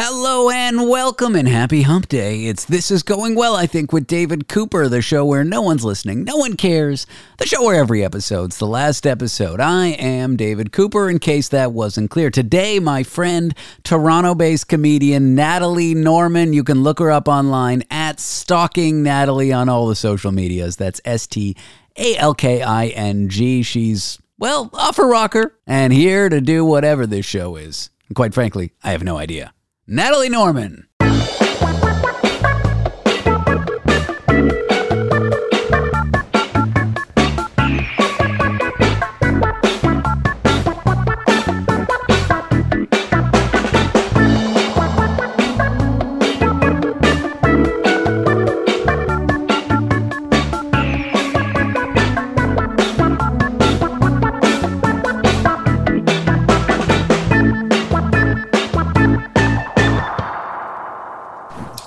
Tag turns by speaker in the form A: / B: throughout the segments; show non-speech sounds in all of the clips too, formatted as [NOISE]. A: Hello and welcome and happy hump day. It's This Is Going Well, I think, with David Cooper, the show where no one's listening, no one cares, the show where every episode's the last episode. I am David Cooper, in case that wasn't clear. Today, my friend, Toronto based comedian Natalie Norman, you can look her up online at Stalking Natalie on all the social medias. That's S T A L K I N G. She's, well, off her rocker and here to do whatever this show is. And quite frankly, I have no idea. Natalie Norman.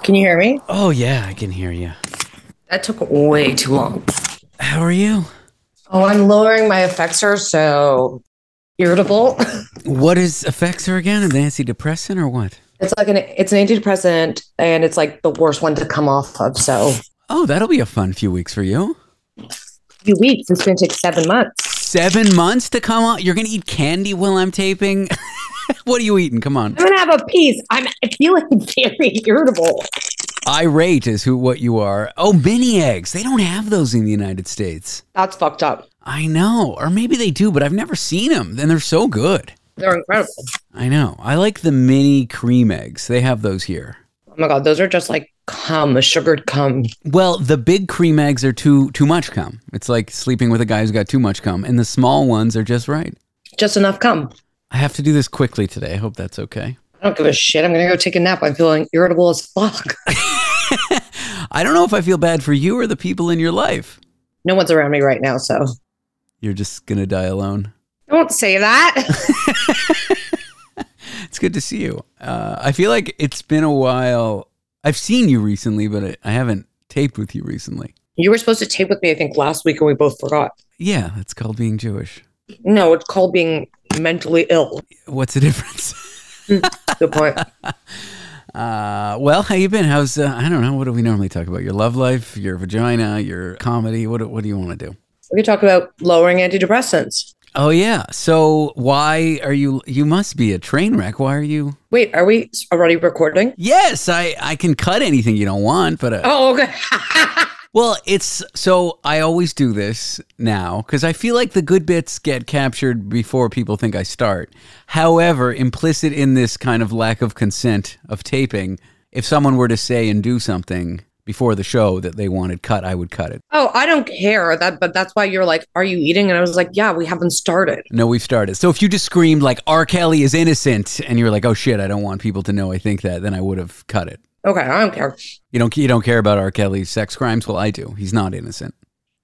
B: Can you hear me?
A: Oh yeah, I can hear you.
B: That took way too long.
A: How are you?
B: Oh, I'm lowering my effector, so irritable. [LAUGHS]
A: What is affects her again? An antidepressant or what?
B: It's like an it's an antidepressant, and it's like the worst one to come off of. So
A: Oh, that'll be a fun few weeks for you.
B: few weeks. It's going to take seven months.
A: Seven months to come on. You're gonna eat candy while I'm taping. [LAUGHS] what are you eating? Come on.
B: I'm going to have a piece. I'm feeling very [LAUGHS] irritable.
A: Irate is who what you are. Oh, mini eggs. They don't have those in the United States.
B: That's fucked up.
A: I know, or maybe they do, but I've never seen them. Then they're so good.
B: They're incredible.
A: I know. I like the mini cream eggs. They have those here.
B: Oh my god, those are just like cum, sugared cum.
A: Well, the big cream eggs are too too much cum. It's like sleeping with a guy who's got too much cum, and the small ones are just right.
B: Just enough cum.
A: I have to do this quickly today. I hope that's okay. [LAUGHS]
B: I don't give a shit. I'm going to go take a nap. I'm feeling irritable as fuck.
A: I don't know if I feel bad for you or the people in your life.
B: No one's around me right now, so
A: You're just gonna die alone.
B: don't say that. [LAUGHS]
A: It's good to see you. Uh, I feel like it's been a while. I've seen you recently, but I- I haven't taped with you recently.
B: You were supposed to tape with me, I think, last week, and we both forgot.
A: Yeah, it's called being Jewish.
B: No, it's called being mentally ill.
A: What's the [LAUGHS] difference?
B: Good point.
A: Uh, well, [LAUGHS] how you been? How's uh, I don't know. What do we normally talk about? Your love life, your vagina, your comedy. What do- what do you want to do?
B: we could talk about lowering antidepressants.
A: Oh yeah. So why are you? You must be a train wreck. Why are you?
B: Wait, are we already recording?
A: Yes, I I can cut anything you don't want, but uh,
B: Oh, okay.
A: [LAUGHS]
B: [LAUGHS]
A: well, it's so I always do this now because I feel like the good bits get captured before people think I start. However, implicit in this kind of lack of consent of taping, if someone were to say and do something before the show that they wanted cut, I would cut it.
B: oh, I don't care that, but that's why you're like, "Are you eating?" And I was like, "Yeah, we haven't started."
A: No, we've started. So if you just screamed like R. Kelly is innocent, and you were like, "Oh shit, I don't want people to know I think that," then I would have cut it.
B: Okay, I don't care.
A: You don't you don't care about R. Kelly's sex crimes? Well, I do. He's not innocent.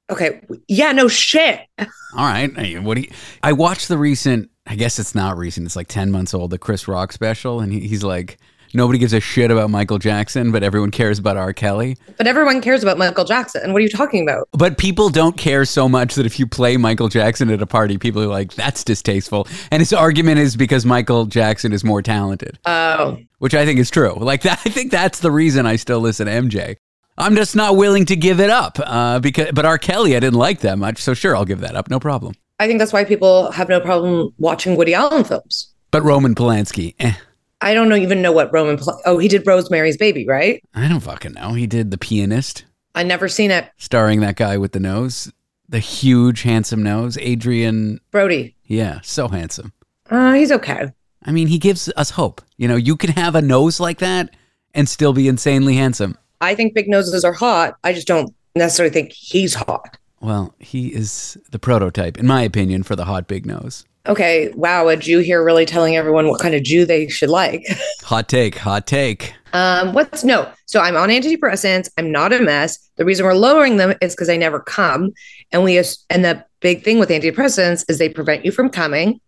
B: Okay, yeah, no shit.
A: All right. Hey, What do you, I watched the recent? I guess it's not recent. It's like ten months old. The Chris Rock special, and he, he's like, nobody gives a shit about Michael Jackson, but everyone cares about R. Kelly.
B: But everyone cares about Michael Jackson. What are you talking about?
A: But people don't care so much that if you play Michael Jackson at a party, people are like, that's distasteful. And his argument is because Michael Jackson is more talented.
B: Oh,
A: which I think is true. [LAUGHS] Like that, I think that's the reason I still listen to MJ. I'm just not willing to give it up. Uh, because, but R. Kelly, I didn't like that much, so sure, I'll give that up, no problem.
B: I think that's why people have no problem watching Woody Allen films.
A: But Roman Polanski, eh,
B: I don't know, even know what Roman. Pol- oh, he did Rosemary's Baby, right?
A: I don't fucking know. He did The Pianist,
B: I never seen it.
A: starring that guy with the nose, the huge, handsome nose, Adrian.
B: Brody.
A: Yeah, so handsome.
B: Uh, he's okay.
A: I mean, he gives us hope. You know, you can have a nose like that and still be insanely handsome.
B: I think big noses are hot. I just don't necessarily think he's hot.
A: Well, he is the prototype, in my opinion, for the hot big nose.
B: Okay, wow, a Jew here really telling everyone what kind of Jew they should like. [LAUGHS]
A: Hot take, hot take.
B: Um, what's no? So I'm on antidepressants. I'm not a mess. The reason we're lowering them is because I never come, and we as- and the big thing with antidepressants is they prevent you from coming.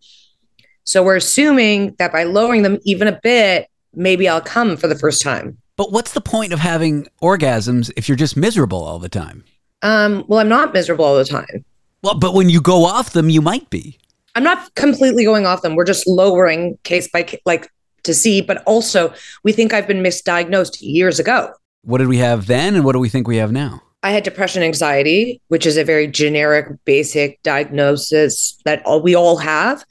B: So we're assuming that by lowering them even a bit, maybe I'll come for the first time.
A: But what's the point of having orgasms if you're just miserable all the time?
B: Um, well, I'm not miserable all the time.
A: Well, but when you go off them, you might be.
B: I'm not completely going off them. We're just lowering case by case, like to see, but also we think I've been misdiagnosed years ago.
A: What did we have then and what do we think we have now?
B: I had depression anxiety, which is a very generic, basic diagnosis that all, we all have.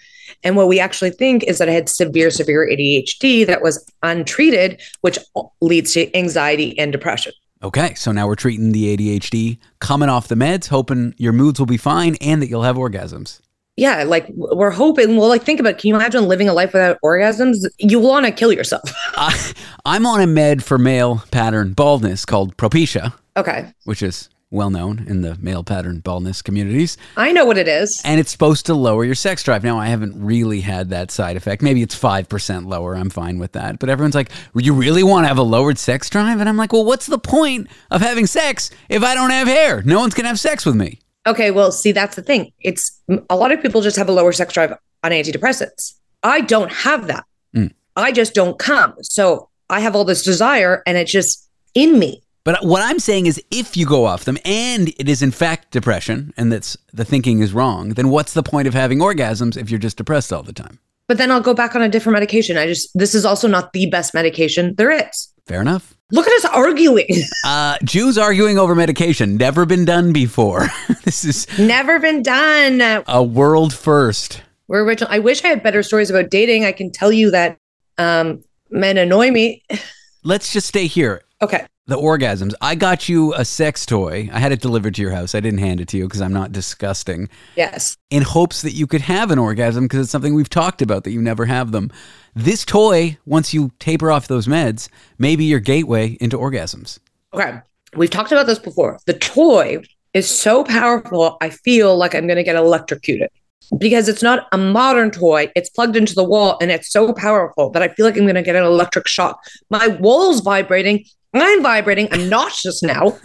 B: And what we actually think is that I had severe, severe ADHD that was untreated, which leads to anxiety and depression.
A: Okay, so now we're treating the ADHD, coming off the meds, hoping your moods will be fine and that you'll have orgasms.
B: Yeah, like we're hoping. Well, like think about. It. Can you imagine living a life without orgasms? You want to kill yourself. [LAUGHS]
A: I, I'm on a med for male pattern baldness called Propecia.
B: Okay.
A: Which is well known in the male pattern baldness communities.
B: I know what it is.
A: And it's supposed to lower your sex drive. Now, I haven't really had that side effect. Maybe it's 5% lower. I'm fine with that. But everyone's like, you really want to have a lowered sex drive? And I'm like, well, what's the point of having sex if I don't have hair? No one's going to have sex with me.
B: Okay. Well, see, that's the thing. It's a lot of people just have a lower sex drive on antidepressants. I don't have that. Mm. I just don't come. So I have all this desire and it's just in me.
A: But what I'm saying is, if you go off them and it is in fact depression and that's the thinking is wrong, then what's the point of having orgasms if you're just depressed all the time?
B: But then I'll go back on a different medication. I just, this is also not the best medication there is.
A: Fair enough.
B: Look at us arguing. [LAUGHS]
A: uh, Jews arguing over medication. Never been done before. [LAUGHS] this is
B: never been done.
A: A world first.
B: We're original. I wish I had better stories about dating. I can tell you that um, men annoy me.
A: Let's just stay here.
B: Okay
A: the orgasms. I got you a sex toy. I had it delivered to your house. I didn't hand it to you because I'm not disgusting.
B: Yes.
A: In hopes that you could have an orgasm because it's something we've talked about that you never have them. This toy, once you taper off those meds, may be your gateway into orgasms.
B: Okay. We've talked about this before. The toy is so powerful, I feel like I'm going to get electrocuted because it's not a modern toy. It's plugged into the wall and it's so powerful that I feel like I'm going to get an electric shock. My wall's vibrating. I'm vibrating. I'm nauseous now.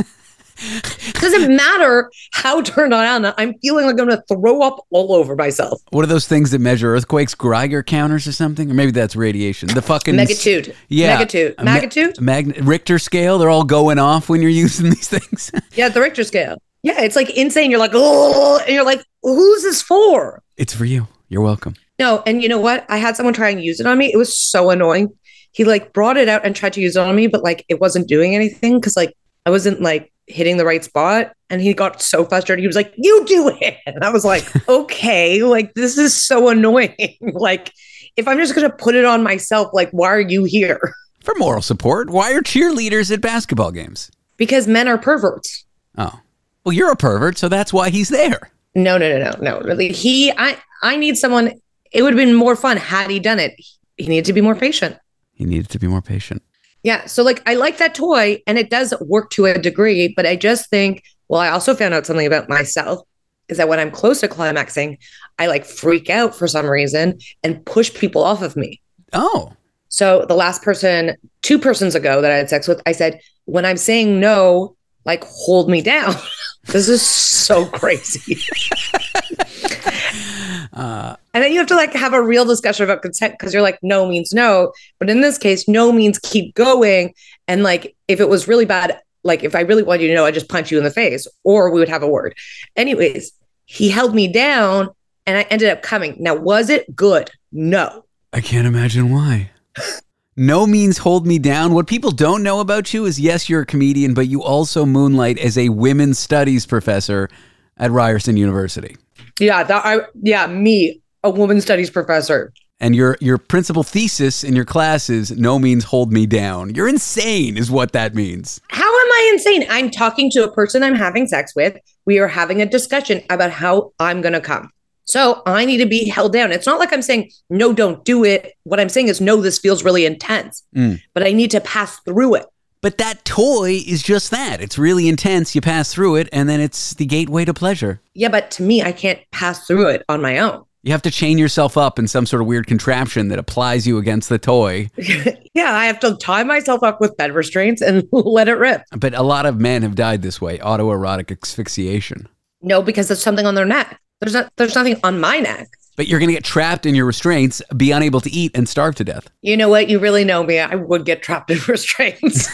B: Doesn't matter how turned on I'm feeling like I'm going to throw up all over myself.
A: What are those things that measure earthquakes? Geiger counters or something? Or maybe that's radiation. The fucking
B: magnitude.
A: Yeah,
B: magnitude. Magnitude.
A: Mag- Richter scale. They're all going off when you're [LAUGHS] using these things. [LAUGHS]
B: yeah, the Richter scale. Yeah, it's like insane. You're like, oh, and you're like, who's this for?
A: It's for you. You're welcome.
B: No, and you know what? I had someone try and use it on me. It was so annoying he like brought it out and tried to use it on me, but like it wasn't doing anything because like I wasn't like hitting the right spot. And he got so frustrated. He was like, You do it. And I was like, Okay, like this is so annoying. [LAUGHS] like, if I'm just going to put it on myself, like, why are you here? [LAUGHS]
A: For moral support, why are cheerleaders at basketball games?
B: Because men are perverts.
A: Oh. Well, you're a pervert, so that's why he's there.
B: No, no, no, no, no. Really, he, I, I need someone. It would have been more fun had he done it. He needed to be more patient.
A: He needed to be more patient.
B: Yeah. So, like, I like that toy and it does work to a degree, but I just think, well, I also found out something about myself is that when I'm close to climaxing, I like freak out for some reason and push people off of me.
A: Oh.
B: So, the last person, two persons ago that I had sex with, I said, when I'm saying no, like, hold me down. [LAUGHS] this is so [LAUGHS] crazy. Uh, and then you have to like have a real discussion about consent because you're like, no means no. But in this case, no means keep going. And like, if it was really bad, like if I really wanted you to know, I just punch you in the face or we would have a word. Anyways, he held me down and I ended up coming. Now, was it good? No.
A: I can't imagine why. [LAUGHS] no means hold me down. What people don't know about you is yes, you're a comedian, but you also moonlight as a women's studies professor at Ryerson University.
B: Yeah, that I yeah, me, a woman studies professor.
A: And your your principal thesis in your classes no means hold me down. You're insane is what that means.
B: How am I insane? I'm talking to a person I'm having sex with. We are having a discussion about how I'm going to come. So, I need to be held down. It's not like I'm saying no, don't do it. What I'm saying is no, this feels really intense. Mm. But I need to pass through it.
A: But that toy is just that. It's really intense. You pass through it, and then it's the gateway to pleasure.
B: Yeah, but to me, I can't pass through it on my own. [LAUGHS]
A: You have to chain yourself up in some sort of weird contraption that applies you against the toy.
B: yeah, I have to tie myself up with bed restraints and [LAUGHS] let it rip.
A: But a lot of men have died this way autoerotic asphyxiation.
B: No, because there's something on their neck. There's, not, there's nothing on my neck
A: but you're going to get trapped in your restraints, be unable to eat, and starve to death.
B: You know what? You really know me. I would get trapped in [LAUGHS] restraints.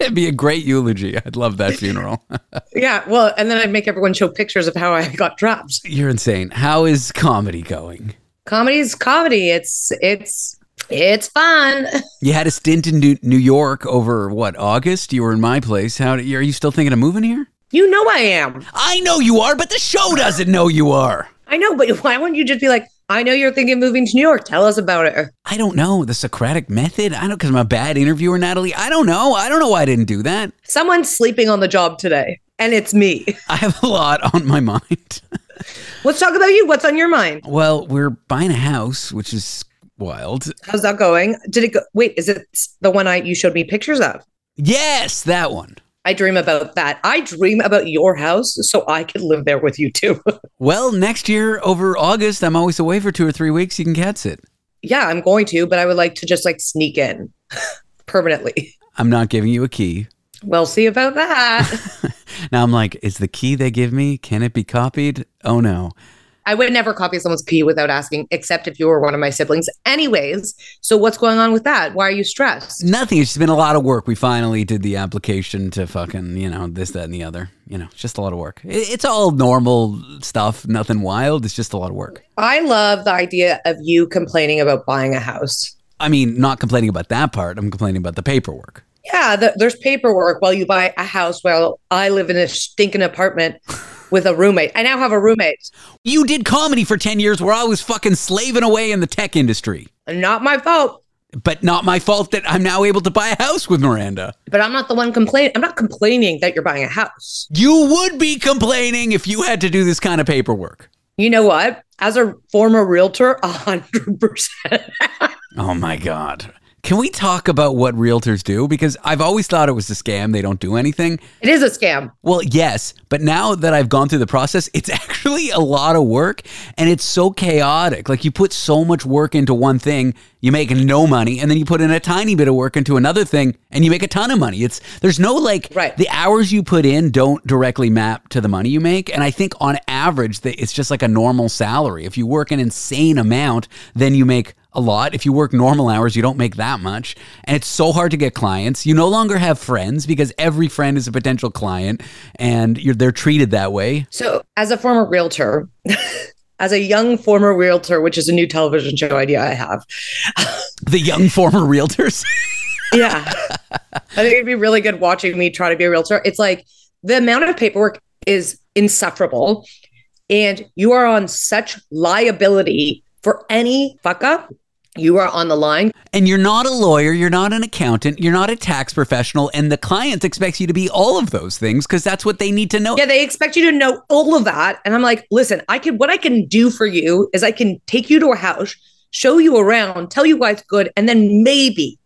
A: It'd be a great eulogy. I'd love that funeral. [LAUGHS]
B: yeah. Well, and then I'd make everyone show pictures of how I [LAUGHS] got trapped.
A: You're insane. How is comedy going?
B: Comedy's comedy. It's, it's, It's fun. [LAUGHS]
A: You had a stint in New New York over what August? You were in my place. How do, are you still thinking of moving here?
B: You know I am.
A: I know you are, but the show doesn't know you are.
B: I know, but [LAUGHS] why wouldn't you just be like, I know you're thinking of moving to New York. Tell us about it.
A: I don't know the Socratic method. I don't because I'm a bad interviewer, Natalie. I don't know. I don't know why I didn't do that.
B: Someone's sleeping on the job today, and it's me. [LAUGHS]
A: [LAUGHS] I have a lot on my mind. [LAUGHS]
B: Let's talk about you. What's on your mind?
A: well, we're buying a house, which is wild.
B: How's that going? Did it go? Wait, is it the one I you showed me pictures of?
A: Yes, that one.
B: I dream about that. I dream about your house so I could live there with you too. [LAUGHS]
A: Well, next year over August, I'm always away for two or three weeks. You can catch it.
B: yeah, I'm going to, but I would like to just like sneak in [LAUGHS] permanently.
A: I'm not giving you a key.
B: We'll see about [LAUGHS] that.
A: Now I'm like, is the key they give me? Can it be copied? Oh no.
B: I would never copy someone's pee without asking, except if you were one of my siblings. Anyways, so what's going on with that? Why are you stressed?
A: Nothing. It's just been a lot of work. We finally did the application to fucking, you know, this, that, and the other. You know, it's just a lot of work. It- It's all normal stuff, nothing wild. It's just a lot of work.
B: I love the idea of you complaining about buying a house.
A: I mean, not complaining about that part. I'm complaining about the paperwork.
B: Yeah, th there's paperwork while you buy a house. While I live in a stinking apartment with a roommate. I now have a roommate.
A: You did comedy for 10 years where I was fucking slaving away in the tech industry,
B: Not my fault,
A: but not my fault that I'm now able to buy a house with Miranda.
B: but I'm not the one complaining. I'm not complaining that you're buying a house.
A: You would be complaining if you had to do this kind of paperwork.
B: You know what? As a former realtor, a hundred percent.
A: Oh my God. Can we talk about what realtors do? Because I've always thought it was a scam. They don't do anything.
B: It is a scam.
A: Well, yes, but now that I've gone through the process, it's [LAUGHS] actually a lot of work and it's so chaotic. Like you put so much work into one thing, you make no money, and then you put in a tiny bit of work into another thing and you make a ton of money. It's there's no like
B: Right.
A: the hours you put in don't directly map to the money you make, and I think on average that it's just like a normal salary. If you work an insane amount, then you make a lot. If you work normal hours, you don't make that much. And it's so hard to get clients. You no longer have friends because every friend is a potential client and you're, they're treated that way.
B: So, as a former realtor, [LAUGHS] as a young former realtor, which is a new television show idea I have.
A: The young [LAUGHS] former realtors.
B: Yeah. [LAUGHS] I think it'd be really good watching me try to be a realtor. It's like the amount of paperwork is insufferable, and you are on such liability for any fuck up. You are on the line.
A: and you're not a lawyer, you're not an accountant, you're not a tax professional. And the client expects you to be all of those things because that's what they need to know.
B: Yeah, they expect you to know all of that. And I'm like, listen, I can what I can do for you is I can take you to a house, show you around, tell you why it's good, and then maybe,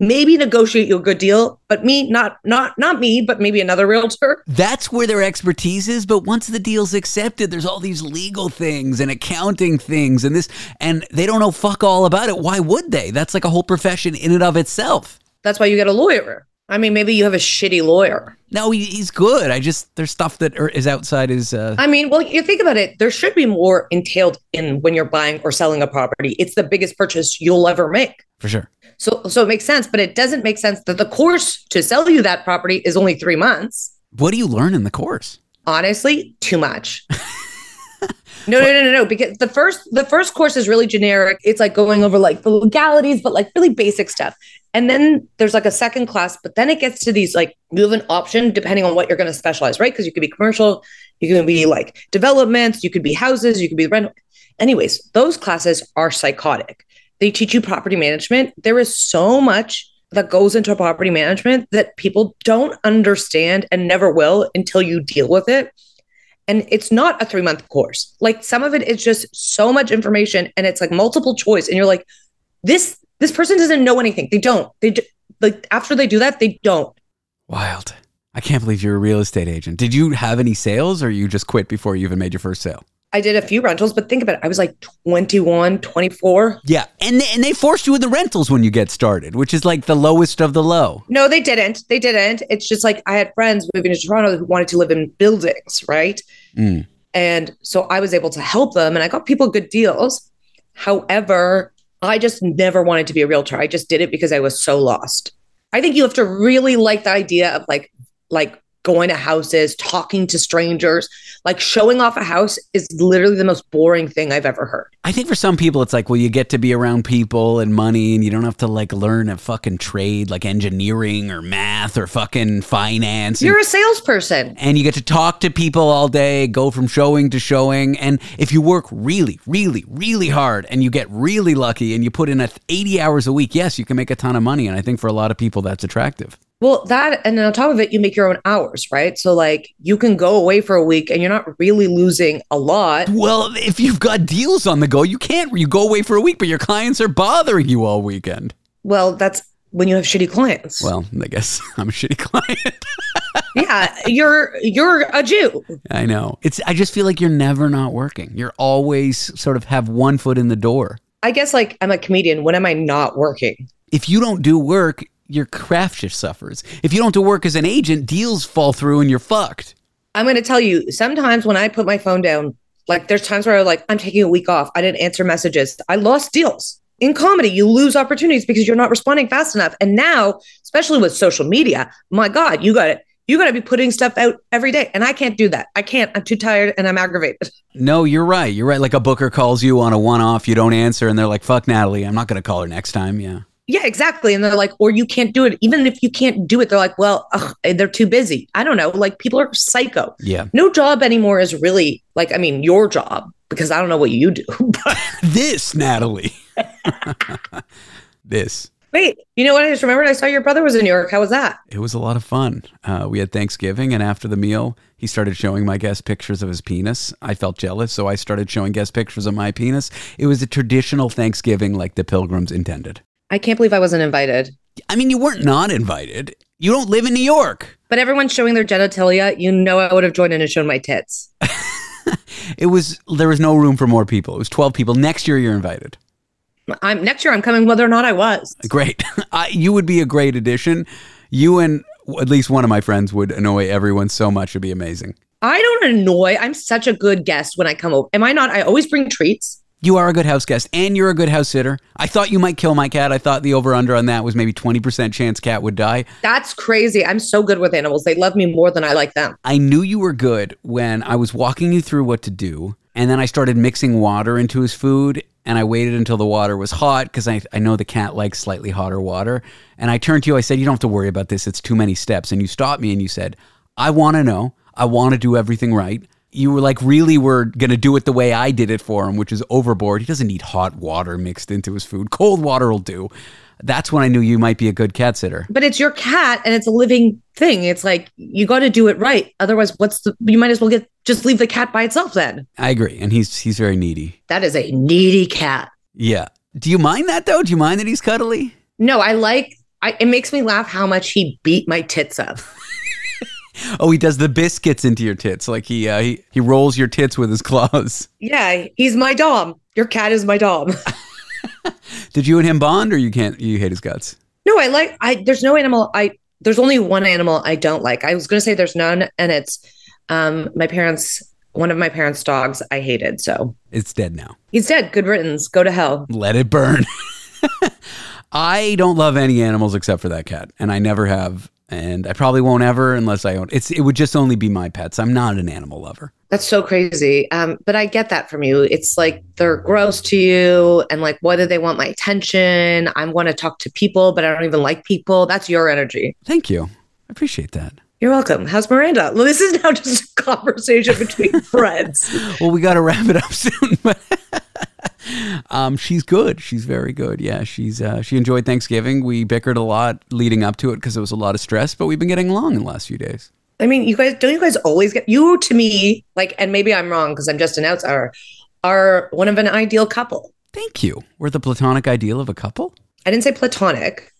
B: maybe negotiate you a good deal. But me, not not not me, but maybe another realtor.
A: That's where their expertise is. But once the deal's accepted, there's all these legal things and accounting things and this, and they don't know fuck all about it. Why would they? That's like a whole profession in and of itself.
B: That's why you get a lawyer. I mean, maybe you have a shitty lawyer.
A: No, he, he's good. I just, there's stuff that are, is outside his. Uh,
B: I mean, well, you think about it, there should be more entailed in when you're buying or selling a property. It's the biggest purchase you'll ever make.
A: for sure.
B: So so it makes sense, but it doesn't make sense that the course to sell you that property is only 3 months.
A: What do you learn in the course?
B: Honestly, too much. No, no, no, no, no. Because the first the first course is really generic. It's like going over like the legalities, but like really basic stuff. And then there's like a second class, but then it gets to these like you have an option depending on what you're going to specialize, right? Because you could be commercial, you can be like developments, you could be houses, you could be rent. Anyways, those classes are psychotic. They teach you property management. There is so much that goes into property management that people don't understand and never will until you deal with it. And it's not a three month course. Like some of it is just so much information and it's like multiple choice. And you're like, this, this person doesn't know anything. They don't. They do, like after they do that, they don't.
A: Wild. I can't believe you're a real estate agent. Did you have any sales or you just quit before you even made your first sale?
B: I did a few rentals, but think about it. I was like 21, 24.
A: Yeah. And they, and they forced you with the rentals when you get started, which is like the lowest of the low.
B: No, they didn't. They didn't. It's just like I had friends moving to Toronto who wanted to live in buildings, right?
A: Mm.
B: And so I was able to help them and I got people good deals. However, I just never wanted to be a realtor. I just did it because I was so lost. I think you have to really like the idea of like like going to houses, talking to strangers. Like showing off a house is literally the most boring thing I've ever heard.
A: I think for some people, it's like, well, you get to be around people and money, and you don't have to like learn a fucking trade like engineering or math or fucking finance. and-
B: You're a salesperson.
A: and you get to talk to people all day, go from showing to showing. And if you work really, really, really hard and you get really lucky and you put in a 80 hours a week, yes, you can make a ton of money. And I think for a lot of people, that's attractive.
B: Well, that, and then on top of it, you make your own hours, right? So, like, you can go away for a week and you're not really losing a lot.
A: Well, if you've got deals on the go, you can't. You go away for a week, but your clients are bothering you all weekend.
B: Well, that's when you have shitty clients.
A: Well, I guess [LAUGHS] I'm a shitty client.
B: yeah, you're you're a Jew.
A: I know. It's I just feel like you're never not working. You're always sort of have one foot in the door.
B: I guess like I'm a comedian. When am I not working?
A: if you don't do work, your craft shift suffers. If you don't do work as an agent, deals fall through and you're fucked.
B: I'm going to tell you, sometimes when I put my phone down, like there's times where I was like, I'm taking a week off. I didn't answer messages. I lost deals. In comedy, you lose opportunities because you're not responding fast enough. And now, especially with social media, my God, you got it. You got to be putting stuff out every day. And I can't do that. I can't. I'm too tired and I'm aggravated. [LAUGHS]
A: No, you're right. You're right. Like a booker calls you on a one off, you don't answer, and they're like, fuck Natalie, I'm not going to call her next time. Yeah.
B: Yeah, exactly. And they're like, or you can't do it. Even if you can't do it, they're like, well, ugh, they're too busy. I don't know. Like people are psycho.
A: Yeah. [LAUGHS]
B: No job anymore is really like, I mean, your job, because I don't know what you do, [LAUGHS] but
A: This, Natalie. [LAUGHS] this.
B: Wait, you know what? I just remembered. I saw your brother was in New York. How was that?
A: It was a lot of fun. Uh, we had Thanksgiving, and after the meal, he started showing my guest pictures of his penis. I felt jealous, so I started showing guest pictures of my penis. It was a traditional Thanksgiving like the pilgrims intended.
B: I can't believe I wasn't invited.
A: I mean, you weren't not invited. You don't live in New York.
B: But everyone's showing their genitalia. You know, I would have joined in and shown my tits.
A: It was there was no room for more people. It was twelve people. Next year, you're invited.
B: I'm next year. I'm coming, whether or not I was.
A: Great, [LAUGHS] I, you would be a great addition. You and at least one of my friends would annoy everyone so much. It'd be amazing.
B: I don't annoy. I'm such a good guest when I come over. Am I not? I always bring treats.
A: You are a good house guest, and you're a good house sitter. I thought you might kill my cat. I thought the over under on that was maybe twenty percent chance cat would die.
B: That's crazy. I'm so good with animals. They love me more than I like them.
A: I knew you were good when I was walking you through what to do. And then I started mixing water into his food. And I waited until the water was hot because I, I know the cat likes slightly hotter water. And I turned to you, I said, You don't have to worry about this. It's too many steps. And you stopped me and you said, I want to know. I want to do everything right. You were like, Really, we're going to do it the way I did it for him, which is overboard. He doesn't need hot water mixed into his food. Cold water will do. That's when I knew you might be a good cat sitter.
B: But it's your cat and it's a living thing. It's like you got to do it right. Otherwise, what's the? You might as well get just leave the cat by itself. Then
A: I agree. And he's, he's very needy.
B: that is a needy cat.
A: Yeah. Do you mind that though? Do you mind that he's cuddly?
B: No, I like. I, it makes me laugh how much he beat my tits up.
A: Oh, he does the biscuits into your tits, like he uh, he he rolls your tits with his [LAUGHS] claws.
B: Yeah, he's my dom. Your cat is my dom. [LAUGHS]
A: Did you and him bond, or you can't? You hate his guts.
B: no, I like I there's no animal I there's only one animal I don't like. I was going to say there's none and it's um my parents one of my parents' dogs I hated, so
A: It's dead now.
B: he's dead. Good riddance. Go to hell.
A: Let it burn. [LAUGHS] I don't love any animals except for that cat, and I never have, and I probably won't ever unless I own. It's it would just only be my pets. I'm not an animal lover.
B: That's so crazy. Um but I get that from you. It's like they're gross to you and like why do they want my attention? I want to talk to people, but I don't even like people. That's your energy.
A: Thank you. I appreciate that.
B: You're welcome. How's Miranda? Well, this is now [LAUGHS] just a conversation between friends.
A: well, we got to wrap it up [LAUGHS] soon. But um, she's good. She's very good. Yeah, she's uh, she enjoyed Thanksgiving. We bickered a lot leading up to it because it was a lot of stress, but we've been getting along in the last few days.
B: I mean, you guys don't you guys always get you to me like, and maybe I'm wrong because I'm just an outsider, are one of an ideal couple.
A: Thank you. We're the platonic ideal of a couple.
B: I didn't say platonic.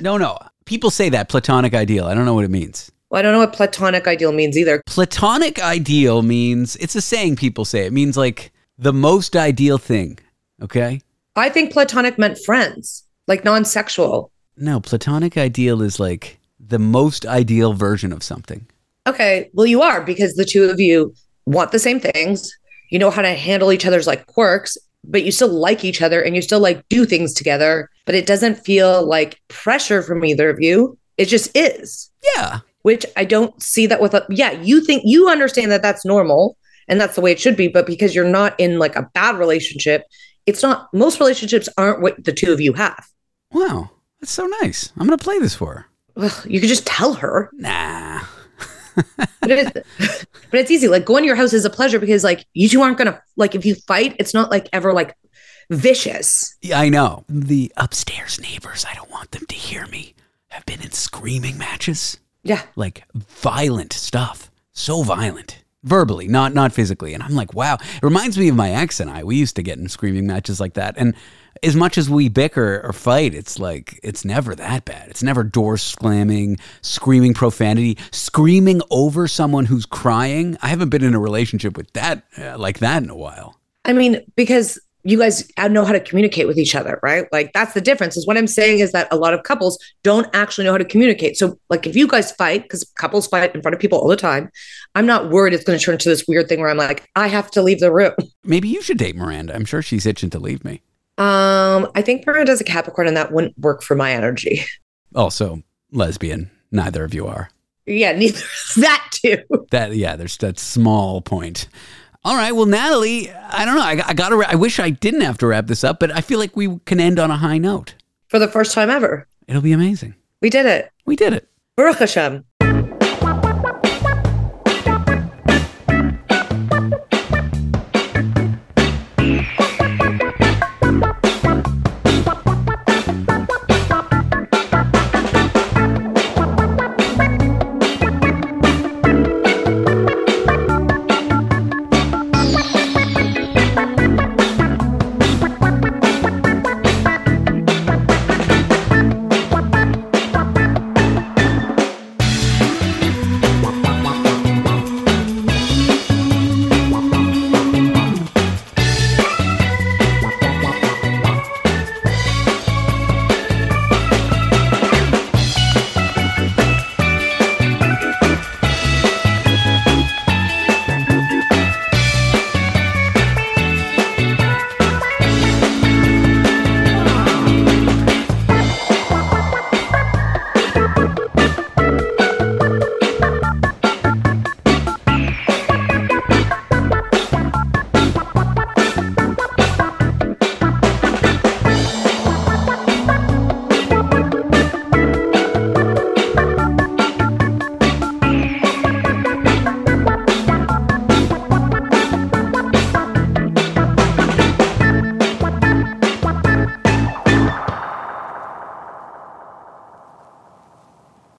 A: No, no. People say that platonic ideal. I don't know what it means.
B: Well, I don't know what platonic ideal means either.
A: Platonic ideal means it's a saying people say. It means like the most ideal thing. Okay.
B: I think platonic meant friends, like non-sexual.
A: No, platonic ideal is like the most ideal version of something.
B: Okay, well, you are because the two of you want the same things. You know how to handle each other's like quirks, but you still like each other and you still like do things together. But it doesn't feel like pressure from either of you. It just is.
A: Yeah.
B: which I don't see that with, a, yeah, you think you understand that that's normal and that's the way it should be. But because you're not in like a bad relationship, it's not, most relationships aren't what the two of you have.
A: Wow. That's so nice. I'm going to play this for her.
B: Ugh, you could just tell her.
A: Nah.
B: But, it, but it's easy. Like going to your house is a pleasure because like you two aren't going to, like if you fight, it's not like ever like vicious.
A: Yeah, I know. The upstairs neighbors, I don't want them to hear me, have been in screaming matches.
B: Yeah.
A: Like violent stuff. So violent. Verbally, not not physically. And I'm like, wow. It reminds me of my ex and I. We used to get in screaming matches like that. And as much as we bicker or fight, it's like it's never that bad. It's never door slamming, screaming profanity, screaming over someone who's crying. I haven't been in a relationship with that uh, like that in a while.
B: I mean, because you guys know how to communicate with each other, right? Like that's the difference. Is what I'm saying is that a lot of couples don't actually know how to communicate. So, like if you guys fight, because couples fight in front of people all the time, I'm not worried it's going to turn into this weird thing where I'm like, I have to leave the room.
A: Maybe you should date Miranda. I'm sure she's itching to leave me.
B: Um, I think Miranda's a Capricorn, and that wouldn't work for my energy. [LAUGHS]
A: Also, lesbian. Neither of you are.
B: yeah, neither that too.
A: That yeah, there's that small point. All right, well, Natalie, I don't know. I, I gotta. I wish I didn't have to wrap this up, but I feel like we can end on a high note.
B: For the first time ever,
A: It'll be amazing.
B: we did it.
A: We did it.
B: Baruch Hashem.